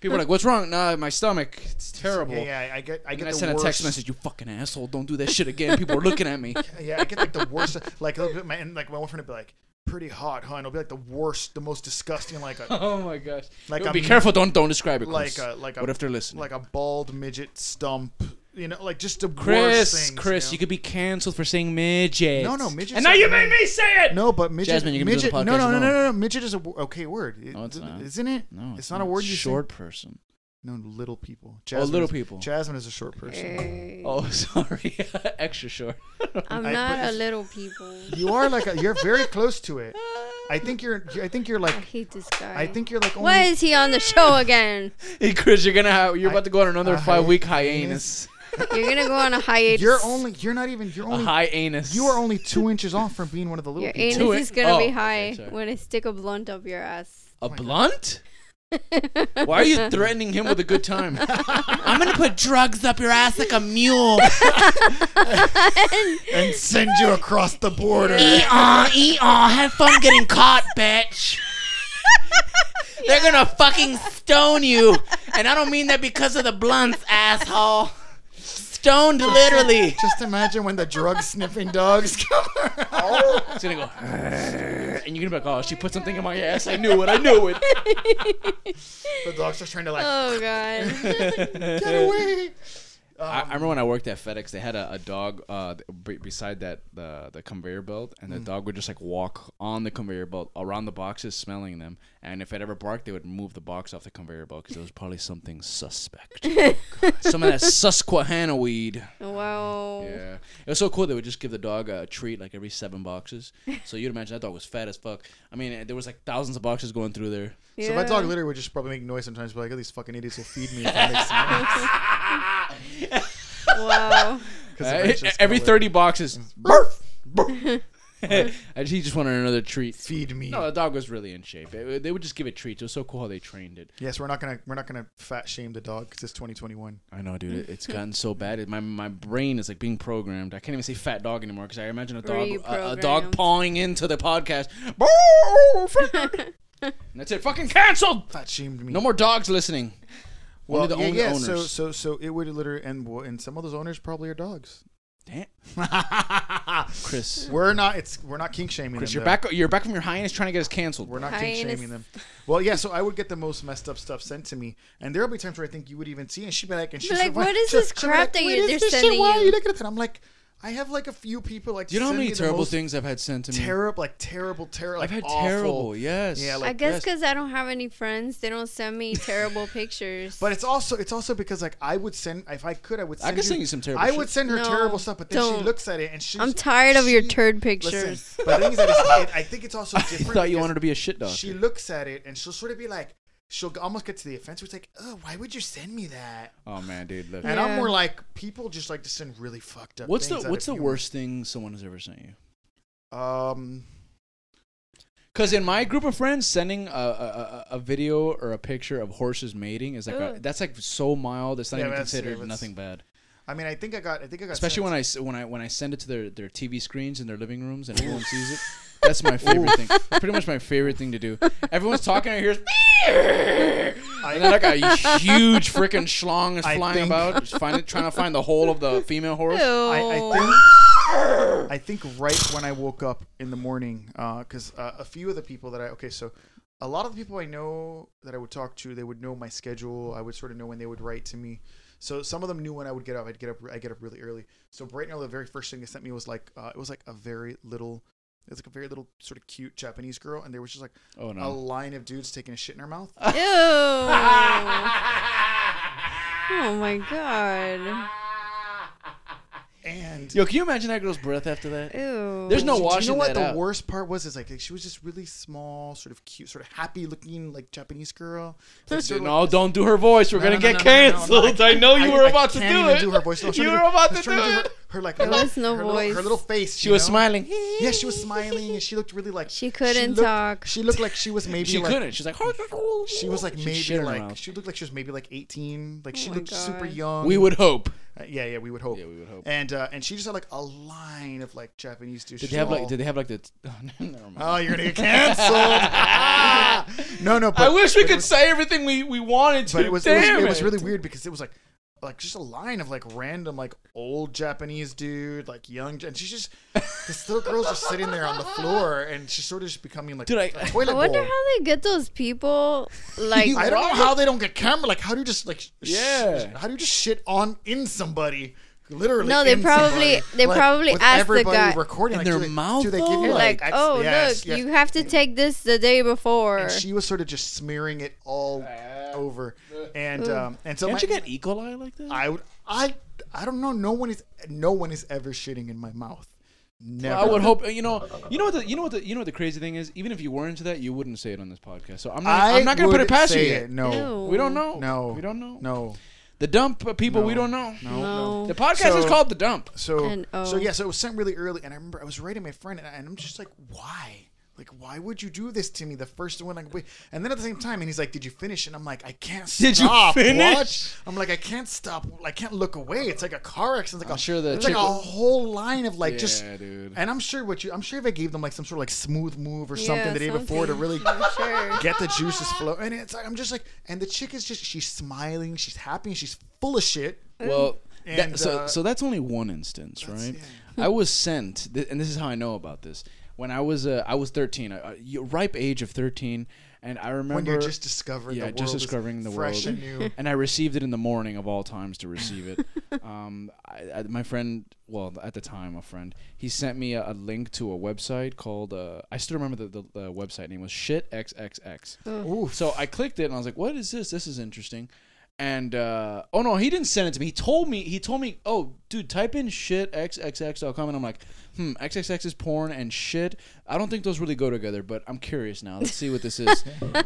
People are like, "What's wrong?" Nah, my stomach. It's terrible. yeah, yeah, I get, I get And I the sent worst. a text message, you fucking asshole, don't do that shit again. People are looking at me. Yeah, I get like the worst. Like, they'll be- my, and like my one friend would be like, "Pretty hot, huh?" And it'll be like the worst, the most disgusting, like a Oh my gosh. Like Like, I'm- be careful, don't don't describe it, like Chris. a like a what if they're listening? like a bald midget stump. You know, like just the worst Chris, things, Chris, know? you could be canceled for saying midget. No, no, midget's And now not you bad. made me say it. No, but midget. Jasmine, you can do the midget, podcast no, no, no, alone. no, no, no. Midget is a w- okay word. It- No, it's not. Isn't it? No, it's, not a word you say. short person. No, little people. Oh, little is- people. Jasmine is a short person. Hey, Oh, sorry. Extra short. I'm I- not but- a little people. You are like a, you're very close to it. I think you're. I think you're I like. hate this guy. I think you're like. Only, Why is he on the show again? hey Chris, you're gonna have you're I- about to go on another a five week hiatus. hiatus. You're gonna go on a hiatus. You're only. You're not even. You're A only. high anus. You are only two inches off from being one of the little Your people. anus Two is in- gonna oh, be okay, high sorry. when I stick a blunt up your ass. a blunt? Why are you threatening him with a good time? I'm gonna put drugs up your ass like a mule. and send you across the border. E Eaw, eaw, have fun getting caught, bitch. They're gonna fucking stone you. And I don't mean that because of the blunts, asshole. Stoned literally. Just imagine when the drug sniffing dogs come. It's gonna go, and you're gonna be like, oh, she put something in my ass. I knew it, I knew it. the dogs are trying to like Oh god. get away. I, I remember when I worked at FedEx, they had a, a dog uh, th- b- beside that the the conveyor belt, and the dog would just like walk on the conveyor belt around the boxes, smelling them. And if it ever barked, they would move the box off the conveyor belt because it was probably something suspect. Some of that Susquehanna weed. Oh. wow. Yeah, it was so cool. They would just give the dog a treat like every seven boxes. So you'd imagine that dog was fat as fuck. I mean, there was like thousands of boxes going through there. So my dog Yeah. literally would just probably make noise sometimes, be like, "Oh, these fucking idiots will feed me." if I make some noise." Wow. 'Cause Uh, eventually it's every gonna thirty boxes, Burf! And he just wanted another treat. feed me. No, the dog was really in shape. It- they would just give it treats. It was so cool how they trained it. Yes, we're not gonna we're not gonna fat shame the dog because it's 2021. I know, dude. it- It's gotten so bad. It, my my brain is like being programmed. I can't even say fat dog anymore because I imagine a dog a, a dog Reprogrammed. pawing into the podcast. Boo, fat dog. And That's it. Fucking canceled. Fat shamed me. No more dogs listening. Well, Only the yeah, own- yeah. owners. So so so it would literally and w- and some of those owners probably are dogs. Damn. Chris, We're not. It's we're not kink shaming. Chris, uh, them, you're though. back. You're back from your highness trying to get us canceled. We're not kink Hyenas. shaming them. Well, yeah. So I would get the most messed up stuff sent to me, and there'll be times where I think you would even see, and she'd be like, and she's like, "What is she'll- this she'll be crap like, that "What you- is they're this shit? sending Why are you?" you looking at that?" I'm like, I have like a few people like. Do you know how send many me the terrible most things I've had sent to me? Terrible, like terrible, terrible. I've had awful. terrible. Yes. Yeah, I like, guess yes. because I don't have any friends, they don't send me terrible pictures. But it's also it's also because like I would send if I could I would send could send you some terrible I shit. would send her No, terrible stuff but then she don't. looks at it and she I'm tired of your she- turd listen, pictures. but the thing is that it's, it, I think it's also I different thought you because wanted to be a shit dog. she looks at it and she'll sort of be like she'll almost get to the offense where it's like oh why would you send me that oh man, dude. Look. and Yeah. I'm more like people just like to send really fucked up What's the things out What's the of worst thing someone has ever sent you? humor. um Because in my group of friends, sending a, a, a a video or a picture of horses mating is like a, Ugh. that's like so mild. It's not Yeah, even that's- yeah, considered that's- nothing bad. I mean I think I got I think I got Especially when sent- I s- when I when I send it to their, their TV screens in their living rooms and everyone sees it. That's my favorite thing. Pretty much my favorite thing to do. Everyone's talking. I hear and then like a huge freaking schlong is I flying think- about, just find, trying to find the hole of the female horse. Ew. I, I think I think right when I woke up in the morning, because uh, a few of the people that I okay, so a lot of the people I know that I would talk to, they would know my schedule. I would sort of know when they would write to me. So some of them knew when I would get up. I'd get up. I get up really early. So bright and early, the very first thing they sent me was like uh, it was like a very little. It was like a very little sort of cute Japanese girl, and there was just like Oh a no! Oh. line of dudes taking a shit in her mouth. Ew. oh my god. And Yo, can you imagine that girl's breath after that? Ew. There's no Do washing you know what that the out. worst part was? Is like, she was just really small, sort of cute, sort of happy looking, like Japanese girl. Like, sort of like No, don't do her voice. We're No, gonna no, get no, no, no, no, canceled. no, I, know oh, you were I about to can't do even it. do her voice. I was you trying were to do- I about was to do trying it. her, her like her little- was no her little- her voice. little face. She you was know? smiling. Yeah, she was smiling and she looked really like She couldn't looked- talk. She looked like she was maybe She like couldn't. She's like. she was like She maybe shit in her like mouth. she looked like she was maybe like 18. Like she Oh my looked super God. young. We would hope. Uh, yeah, yeah, we would hope. Yeah, we would hope. And uh, and she just had like a line of like Japanese dudes. Did they have like? Did they have like the? Never mind. Oh, you're gonna get canceled. no, no. But, I wish we but it could was- say everything we, we wanted to. But it was it was, Damn it was really weird because it was like like just a line of like random like old Japanese dude like young and she's just this little girl's just sitting there on the floor and she's sort of just becoming like Dude, I- a toilet I wonder bowl. how they get those people like I don't know how they don't get camera. Like, how do you just like, sh- Yeah. how do you just shit on in somebody? Literally. No, they in probably- somebody. they probably with asked the everybody guy- recording In like, their do they, mouth, Do they though? give you like, like, ex- oh yes, look, yes. you have to take this the day before. And she was sort of just smearing it all over, and um, and so Can't my- Uh, you get E. coli like that? I would I I don't know. No one is no one is ever shitting in my mouth. Never. I would hope you know you know what the you know what the you know what the crazy thing is even if you were into that you wouldn't say it on this podcast so I'm not I I'm not gonna put would it past you say yet. it, No. Ew. we don't know No. we don't know No. the dump uh, people No. we don't know No. No. the podcast is So- called the dump So And, so oh. yeah, so it was sent really early, and I remember I was writing my friend, and, I, and I'm just like, why? Like, why would you do this to me? The first one, like, wait. and then at the same time, and he's like, "Did you finish?" And I'm like, "I can't Did you stop. What? finish? I'm like, "I can't stop. I can't look away. It's like a car accident. It's like I'm a, sure the it's like chick a was- whole line of like just. Yeah, dude. And I'm sure what you. I'm sure if I gave them like some sort of like smooth move or Yeah, something the day before to something. really I'm sure. get the juices flowing. And it's like I'm just like, and the chick is just she's smiling, she's happy, and she's full of shit. well that- And, so uh, so that's only one instance right I was sent th- and this is how I know about this when I was uh, I was 13 uh, uh, ripe age of 13 and I remember When you're just discovering, yeah, the world just is discovering the fresh world. and new. and I received it in the morning of all times to receive it. um, I, I, my friend, well, at the time, a friend, he sent me a, a link to a website called. Uh, I still remember the, the, the website name was shit xxx. Ooh, So I clicked it and I was like, "What is this? This is interesting." And uh, oh no, he didn't send it to me. He told me. He told me, "Oh, dude, type in shit xxx.com," and I'm like, "Hmm, xxx is porn and shit. I don't think those really go together, but I'm curious now. Let's see what this is."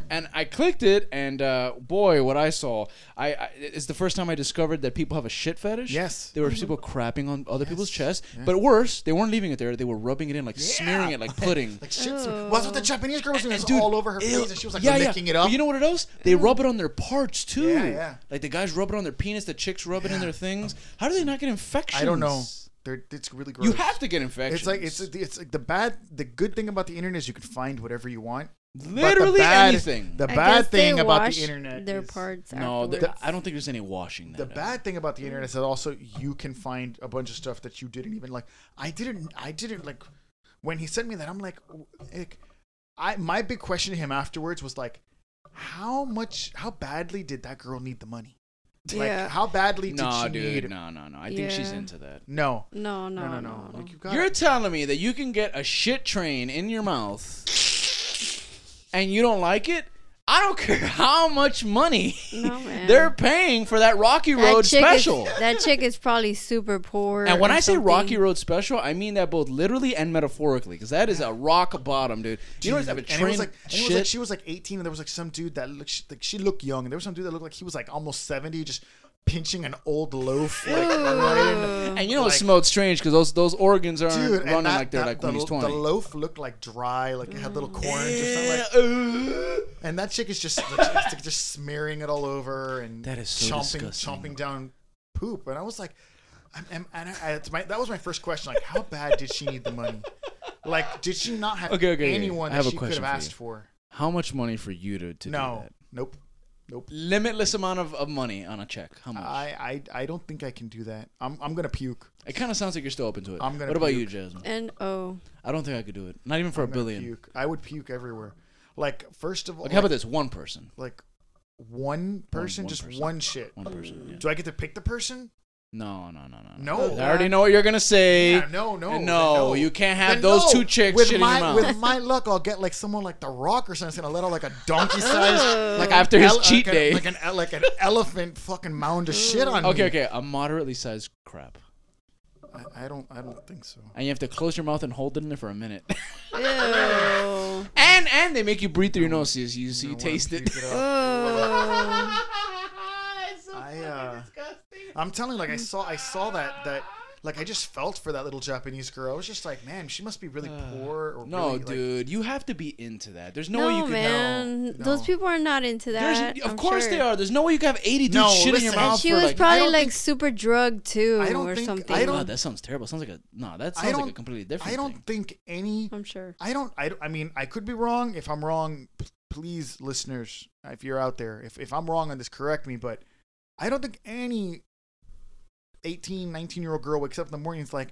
and I clicked it, and uh, boy, what I saw! I, I it's the first time I discovered that people have a shit fetish. Yes. there were people crapping on other people's chests, but worse, they weren't leaving it there. They were rubbing it in, like smearing it like pudding. like shit. sm- Well, that's what the Japanese girl was doing. It was Dude, all over her ew. face, and she was like licking it up. But you know what it is? They rub it on their parts too. Yeah, yeah. Like the guys rub it on their penis, the chicks rub it in their things. How do they not get infections? I don't know. They're, it's really gross. You have to get infections. It's like it's it's like the bad. The good thing about the internet is you can find whatever you want. But literally the bad, anything. The I bad guess they thing about wash the internet. Their is- parts. no, afterwards. th- I don't think there's any washing. That The out. bad thing about the internet is that also you can find a bunch of stuff that you didn't even like. I didn't. I didn't like. When he sent me that, I'm like, w- like, I my big question to him afterwards was like, how much, how badly did that girl need the money? Like, Yeah. how badly did No, she dude. need? No, no, no. I think she's Yeah. into that. No. no, No, no, no, no. Like you got. You're telling me that you can get a shit train in your mouth and you don't like it? I don't care how much money No, man. they're paying for that Rocky That Road chick is- special. that chick is probably super poor. And when or I say something. Rocky Road special, I mean that both literally and metaphorically, because that is a rock bottom, dude. You know what? I Dude, and mean, it train was like, and it shit. was like she was like 18, and there was like some dude that looked she, like she looked young, and there was some dude that looked like he was like almost 70, just pinching an old loaf. Like, right in, and you know it like- smelled strange because those those organs aren't dude, and running that- like they're that- like the, when he's the twenty. loaf looked like dry, like it had little corns or something. Like, Yeah, uh, and that chick is just like, it's like just smearing it all over and That is so chomping disgusting. chomping down poop. And I was like, I'm, I'm, and I, I- it's my, that was my first question. Like, how bad did she need the money? Like, did she not have Okay, okay, okay. anyone I have a that she could question have for asked you. for? How much money for you to, to do No, that? nope, nope. Limitless amount of, of money on a check. How much? I, I, I don't think I can do that. I'm, I'm gonna puke. it kind of sounds like you're still open to it. I'm gonna what about you, puke. Jasmine? And oh, I don't think I could do it. Not even for I'm a gonna billion. Puke. I would puke everywhere. Like, first of all, Like, how about this? One person. like one person, one just person. one shit. One person. Yeah. Do I get to pick the person? No, no, no, no. No. I already know what you're gonna say. Yeah, no, no, And no, you can't have those two chicks With shitting my your mouth. with my luck, I'll get like someone like The Rock or something. It's gonna let out like a donkey size, like After his ele- cheat like day. a, like an e- like an elephant fucking mound of shit on me. Okay, okay, a moderately sized crap. I, I don't. I don't think so. and you have to close your mouth and hold it in there for a minute. Ew. and and they make you breathe through your nose so you, so you taste it. Ew. I, uh, I'm telling you, like I saw, I saw that that. Like I just felt for that little Japanese girl. I was just like, man, she must be really poor. Or Uh, No, really, like- dude, you have to be into that. There's no, way you No, can. man. no. Those people are not into that. There's, of I'm course sure. they are. There's no way you can have 80 dudes No, shit in your listen. mouth She for was like. Oh, probably don't like think- super drugged too, I don't or think- I something. don't- God, that sounds terrible. Sounds like a no. That I sounds like a don't- completely different. I don't Thing. think any. I'm sure. I don't. I. don't- I mean, I could be wrong. If I'm wrong, p- please, listeners, if you're out there, if if I'm wrong on this, correct me. But I don't think any 18, 19 year old girl wakes up in the morning and is like,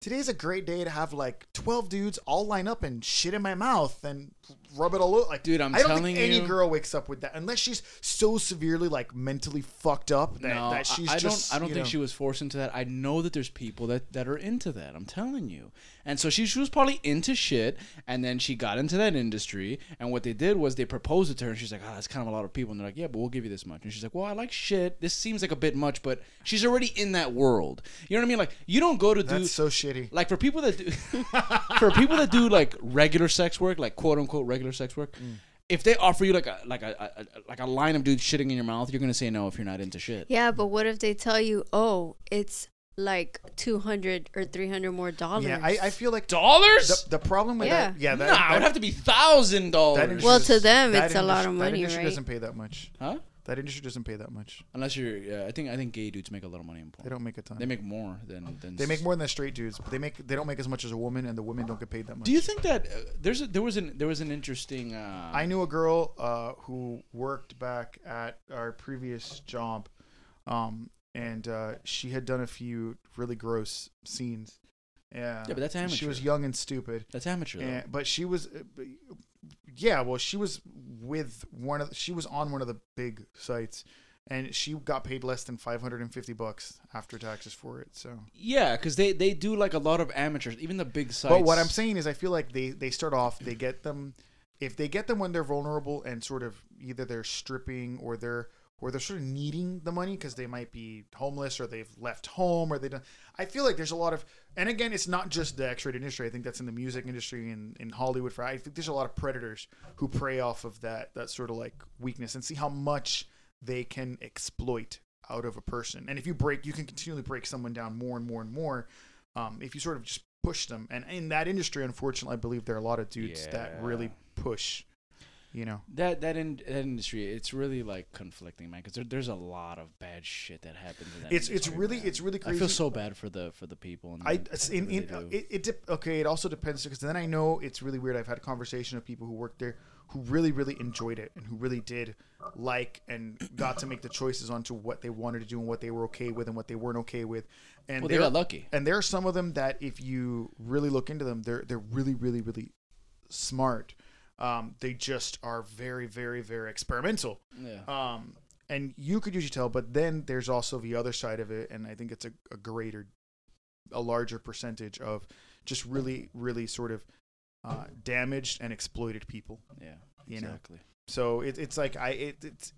"Today's a great day to have like 12 dudes all line up and shit in my mouth and rub it all over." Like, Dude, I'm I don't telling think any you- girl wakes up with that unless she's so severely like mentally fucked up that, no, that she's I, I just. don't. I don't you think know- she was forced into that. I know that there's people that that are into that. I'm telling you. And so she, she was probably into shit, and then she got into that industry. And what they did was they proposed it to her, and she's like, "Ah, that's kind of a lot of people." And they're like, "Yeah, but we'll give you this much." And she's like, "Well, I like shit. This seems like a bit much, but she's already in that world. You know what I mean? Like, you don't go to do That's so shitty. like for people that do for people that do like regular sex work, like quote unquote regular sex work, Mm. if they offer you like a like a, a a- like a line of dudes shitting in your mouth, you're gonna say no if you're not into shit. Yeah, but what if they tell you, oh, it's like two hundred or three hundred more dollars? Yeah, I, I feel like the, Dollars? the problem with that. Yeah. Yeah, that, nah, it that- would have to be thousand That dollars. industry Well, does- to them, that it's a lot of industry- money, That industry right? doesn't pay that much. Huh? That industry doesn't pay that much. Unless you're, yeah, I think I think gay dudes make a lot of money in porn. They don't make a ton. They make more than than. They make more than the straight dudes. But they make. They don't make as much as a woman, and the women don't get paid that much. Do you think that uh, there's a, there was an there was an interesting? Uh, I knew a girl uh, who worked back at our previous job, um, and uh, she had done a few really gross scenes. Yeah, Yeah, but that's She was amateur. young. young and stupid. That's amateur. though. And, but she was, uh, yeah. Well, she was with one of. She was on one of the big sites, and she got paid less than five hundred and fifty bucks after taxes for it. So, Yeah, because they they do like a lot of amateurs, even the big sites. but what I'm saying is, I feel like they they start off. They get them, if they get them when they're vulnerable and sort of either they're stripping or they're or they're sort of needing the money because they might be homeless or they've left home or they don't. I feel like there's a lot of, and again, it's not just the X-rated industry. I think that's in the music industry and in Hollywood. For I think there's a lot of predators who prey off of that that sort of like weakness and see how much they can exploit out of a person. And if you break, you can continually break someone down more and more and more. Um, if you sort of just push them, and in that industry, unfortunately, I believe there are a lot of dudes that Yeah. really push. You know, That that in that industry, it's really like conflicting, man. Because there, there's a lot of bad shit that happens. In that It's- it's industry, really- man. it's really I feel crazy. so bad for the for the people. And I the- it's in, really in, do. it, it dep- okay. It also depends because then I know it's really weird. I've had a conversation with people who worked there who really really enjoyed it and who really did like and got to make the choices onto what they wanted to do and what they were okay with and what they weren't okay with. And Well, they there- got lucky. And there are some of them that if you really look into them, they're they're really really really smart. Um, they just are very very very experimental. Yeah. Um, and you could usually tell, but then there's also the other side of it, and I think it's a, a greater, a larger percentage of just really, really sort of uh, damaged and exploited people. yeah, you know. exactly. So it, it's like I it, it's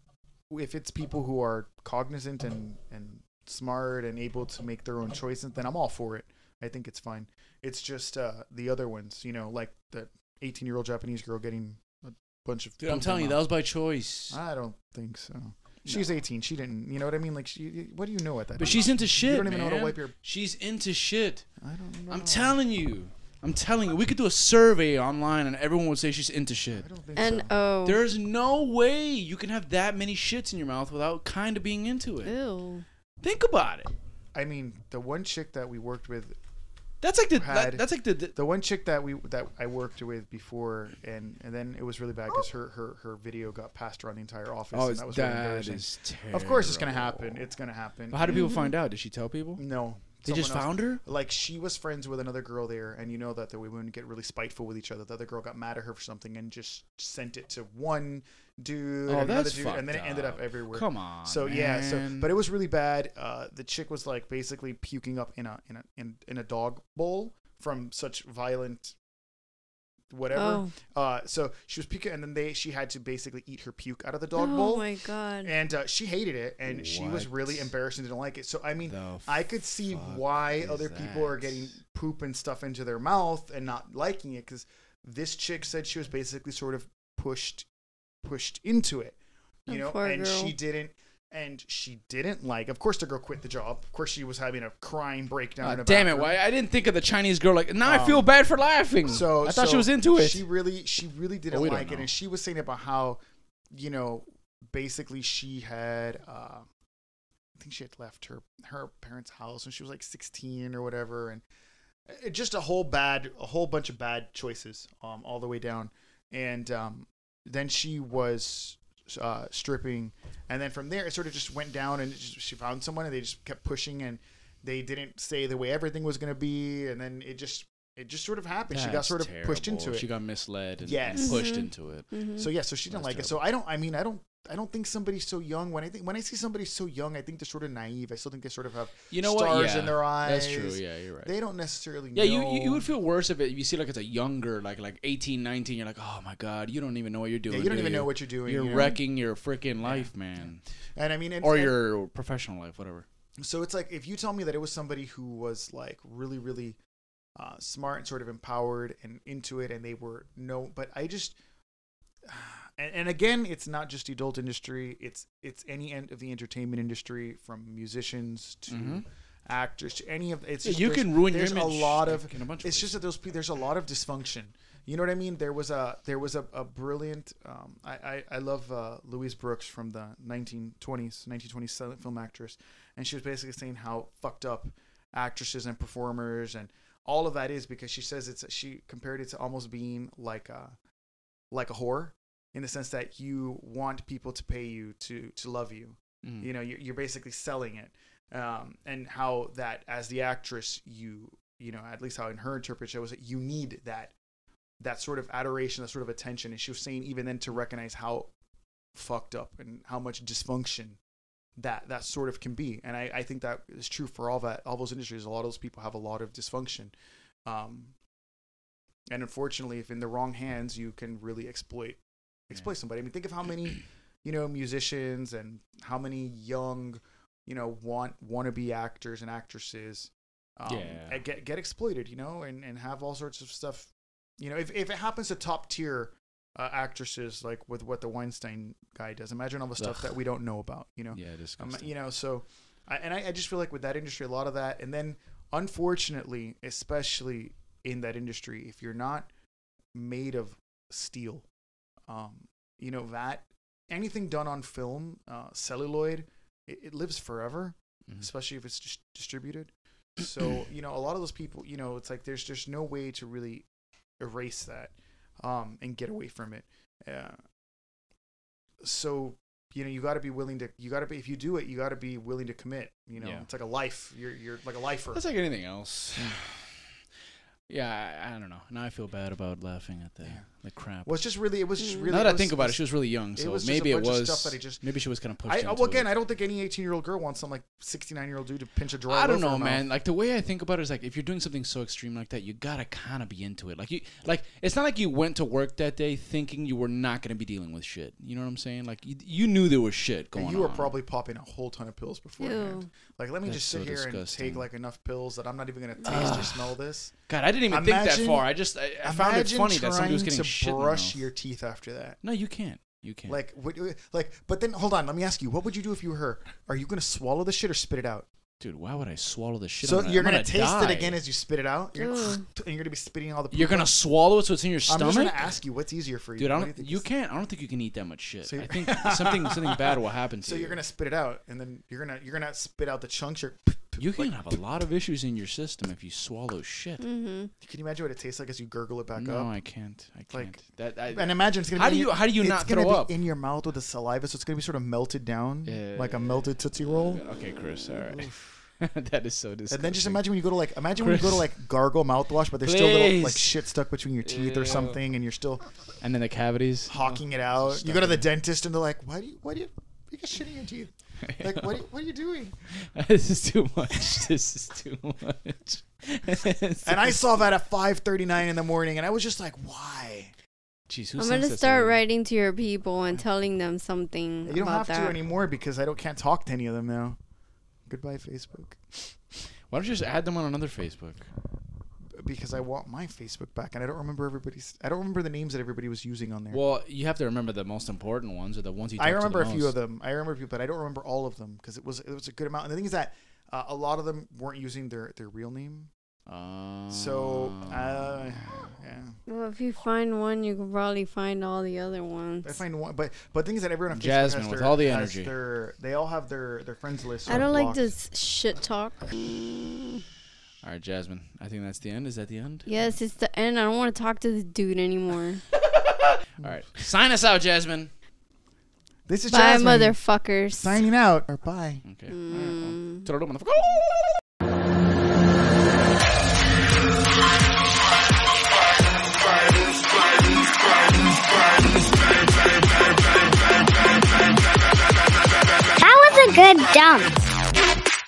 if it's people who are cognizant and and smart and able to make their own choices, then I'm all for it. I think it's fine. It's just uh, the other ones, you know, like the 18 year old Japanese girl getting a bunch of. Dude, poop I'm in telling you, her that was by choice. I don't think so. She's 18. She didn't. You know what I mean? Like, she. What do you know at that? But time? she's into shit. don't even know how to man. wipe your- She's into shit. I don't know. I'm telling you. I'm telling you. We could do a survey online, and everyone would say she's into shit. I don't think and so. oh, There's no way you can have that many shits in your mouth without kind of being into it. ew. Think about it. I mean, the one chick that we worked with, That's like the that, Had- that's like the, the the one chick that we that I worked with before, and and then it was really bad because her her her video got passed around the entire Oh, office. and that was really embarrassing. terrible. Of course, it's gonna happen. It's gonna happen. How do people find out? Did she tell people? No. They just Mm-hmm. someone else- found her? Like she was friends with another girl there, and you know that the women get really spiteful with each other. The other girl got mad at her for something and just sent it to one dude, Oh, and another that's dude, and then it fucked ended up up. everywhere. Come on, So yeah, so man. but it was really bad. Uh, the chick was like basically puking up in a in a in, in a dog bowl from such violent whatever. Uh, so she was puking, and then they she had to basically eat her puke out of the dog oh bowl. my god. and uh, she hated it, and she was What really embarrassed and didn't like it. So I mean, the I could see fuck why is other people are that? getting poop and stuff into their mouth and not liking it because this chick said she was basically sort of pushed pushed into it, you The know, Oh, poor and girl. she didn't. And she didn't like. Of course, the girl quit the job. Of course, she was having a crying breakdown. Ah, in a damn it! bathroom. Why I didn't think of the Chinese girl like now I Um, feel bad for laughing. So So Hmm. I thought so she was into it. She really, she really didn't Oh, we don't like it, know. and she was saying about how, you know, basically she had, uh, I think she had left her her parents' house when she was like 16 or whatever, and it, just a whole bad, a whole bunch of bad choices, um, all the way down, and um, then she was. Uh, stripping, and then from there it sort of just went down, and it just, she found someone, and they just kept pushing, and they didn't say the way everything was going to be, and then it just it just sort of happened. she got That's sort of pushed terrible. into it. She got misled and, Yes. and pushed Mhm. into it. Mhm. So yeah, so she didn't That's like it. So I don't. I mean, I don't. I don't think somebody's so young. When I think when I see somebody so young, I think they're sort of naive. I still think they sort of have You know stars what? Yeah, in their eyes. That's true. Yeah, you're right. They don't necessarily. yeah, you, know. you you would feel worse if, it, if you see like it's a younger like like 18, 19, You're like, oh my god, you don't even know what you're doing. Yeah, you don't do even know what you're doing. You're you know? wrecking your freaking life, man, And I mean, and, or and- your professional life, whatever. so it's like if you tell me that it was somebody who was like really really uh, smart and sort of empowered and into it and they were no but i just and, and again it's not just the adult industry it's it's any end of the entertainment industry from musicians to Mhm. actors to any of it's Yeah, just you there's- can ruin your there's image, a lot of like, in a bunch of it's ways. just that those pe- there's a lot of dysfunction you know what i mean there was a there was a, a brilliant um, I, I i love uh, louise brooks from the 1920s 1920s silent film actress and she was basically saying how fucked up actresses and performers and all of that is because she says it's she compared it to almost being like a like a whore in the sense that you want people to pay you to to love you Mhm. you know you're, you're basically selling it um, and how that as the actress you you know at least how in her interpretation was that you need that that sort of adoration that sort of attention and she was saying even then to recognize how fucked up and how much dysfunction that that sort of can be and i, I think that is true for all that all those industries a lot of those people have a lot of dysfunction um, and unfortunately if in the wrong hands you can really exploit exploit somebody i mean think of how many you know musicians and how many young you know want wannabe actors and actresses um, Yeah. and get, get exploited you know and, and have all sorts of stuff you know if, if it happens to top tier uh, actresses like with what the weinstein guy does imagine all the stuff Ugh. that we don't know about you know Yeah, um, disgusting. you know, so I, and I, I just feel like with that industry, a lot of that, and then unfortunately, especially in that industry, if you're not made of steel, um, you know that anything done on film, uh, celluloid, it, it lives forever, Mhm. especially if it's dis- distributed. So you know, a lot of those people, you know, it's like there's just no way to really erase that um, and get away from it. Uh, so you know, you got to be willing to. You got to be. If you do it, you got to be willing to commit. You know, Yeah. it's like a life. You're you're like a lifer. That's like anything else. yeah, I, I don't know. Now I feel bad about laughing at the Yeah. the crap. Well, it's just really. It was just Mm. really. now that it I was- think about it, was- she was really young, it so was just a maybe it bunch of was. stuff that I just- maybe she was kind of pushed I, into well, again, it. I don't think any 18 year old girl wants some like 69 year old dude to pinch a drawer. I don't know, man. Like the way I think about it is like if you're doing something so extreme like that, you gotta kind of be into it. Like you, like it's not like you went to work that day thinking you were not gonna be dealing with shit. You know what I'm saying? Like you, you knew there was shit going And on. you were probably popping a whole ton of pills beforehand. Ew. Like, let me That's just sit so here and disgusting. take like enough pills that I'm not even gonna taste or Ugh. smell this. God, I didn't even think Imagine- that far. I just I, I found it Imagine funny that somebody was trying to getting shit. in their brush mouth. your teeth after that. No, you can't. You can't. Like, what, like, but then hold on. Let me ask you, what would you do if you were her? Are you gonna swallow the shit or spit it out? dude, why would I swallow this shit? so I'm gonna, you're I'm gonna, gonna taste it die. again as you spit it out. You're gonna, Ew. and you're gonna be spitting all the. You're poop gonna out. swallow it so it's in your I'm stomach. just gonna ask you, what's easier for you? Dude, I What don't. do you is- can't. I don't think you can eat that much shit. So I you're- think something something bad will happen to So you. you're gonna spit it out, and then you're gonna you're gonna spit out the chunks. You're, You can like- have a lot of issues in your system if you swallow shit. Mhm. Can you imagine what it tastes like as you gurgle it back no, up? I can't. I can't. Like- that. I, And imagine it's gonna. How be do in you- your- how do you it's not gonna throw be up? in your mouth with the saliva? So it's gonna be sort of melted down, Yeah. like a melted tootsie roll. okay, Chris. All right. that is so disgusting. And then just imagine when you go to like imagine when you go to Chris. like gargle mouthwash, but there's still little like Please. shit stuck between your teeth or Ew. something, and you're still And then the cavities. hawking it out. You go stuck to in the there. dentist, and they're like, "Why do you why do you you got shit in your teeth? Like what are you, what are you doing?" this is too much. This is too much. and I saw that at 5:39 in the morning, and I was just like, why? Jeez, who I'm sends gonna that start story? writing to your people and telling them something You don't have about that. to anymore because I don't can't talk to any of them now. Goodbye Facebook, Why don't you just add them on another Facebook? because I want my Facebook back, and I don't remember everybody's. I don't remember the names that everybody was using on there. Well, you have to remember the most important ones are the ones you. I talk to the remember a few most. of them. I remember a few, but I don't remember all of them because it was it was a good amount. And the thing is that uh, a lot of them weren't using their their real name. Ah. So uh, yeah, Well, if you find one, you can probably find all the other ones. I find one. But but the thing is that everyone on Facebook Jasmine has with their- all the has energy. their- they all have their their friends list. I don't like blocked. this shit talk. Mm. all right, Jasmine. I think that's the end. Is that the end? Yes, it's the end. I don't want to talk to this dude anymore. Mm-hmm. All right. Sign us out, Jasmine. This is Bye, Jasmine motherfuckers. signing out or bye. Okay. Mm. All right, well, toodaloo, motherfucker. That was a good dump.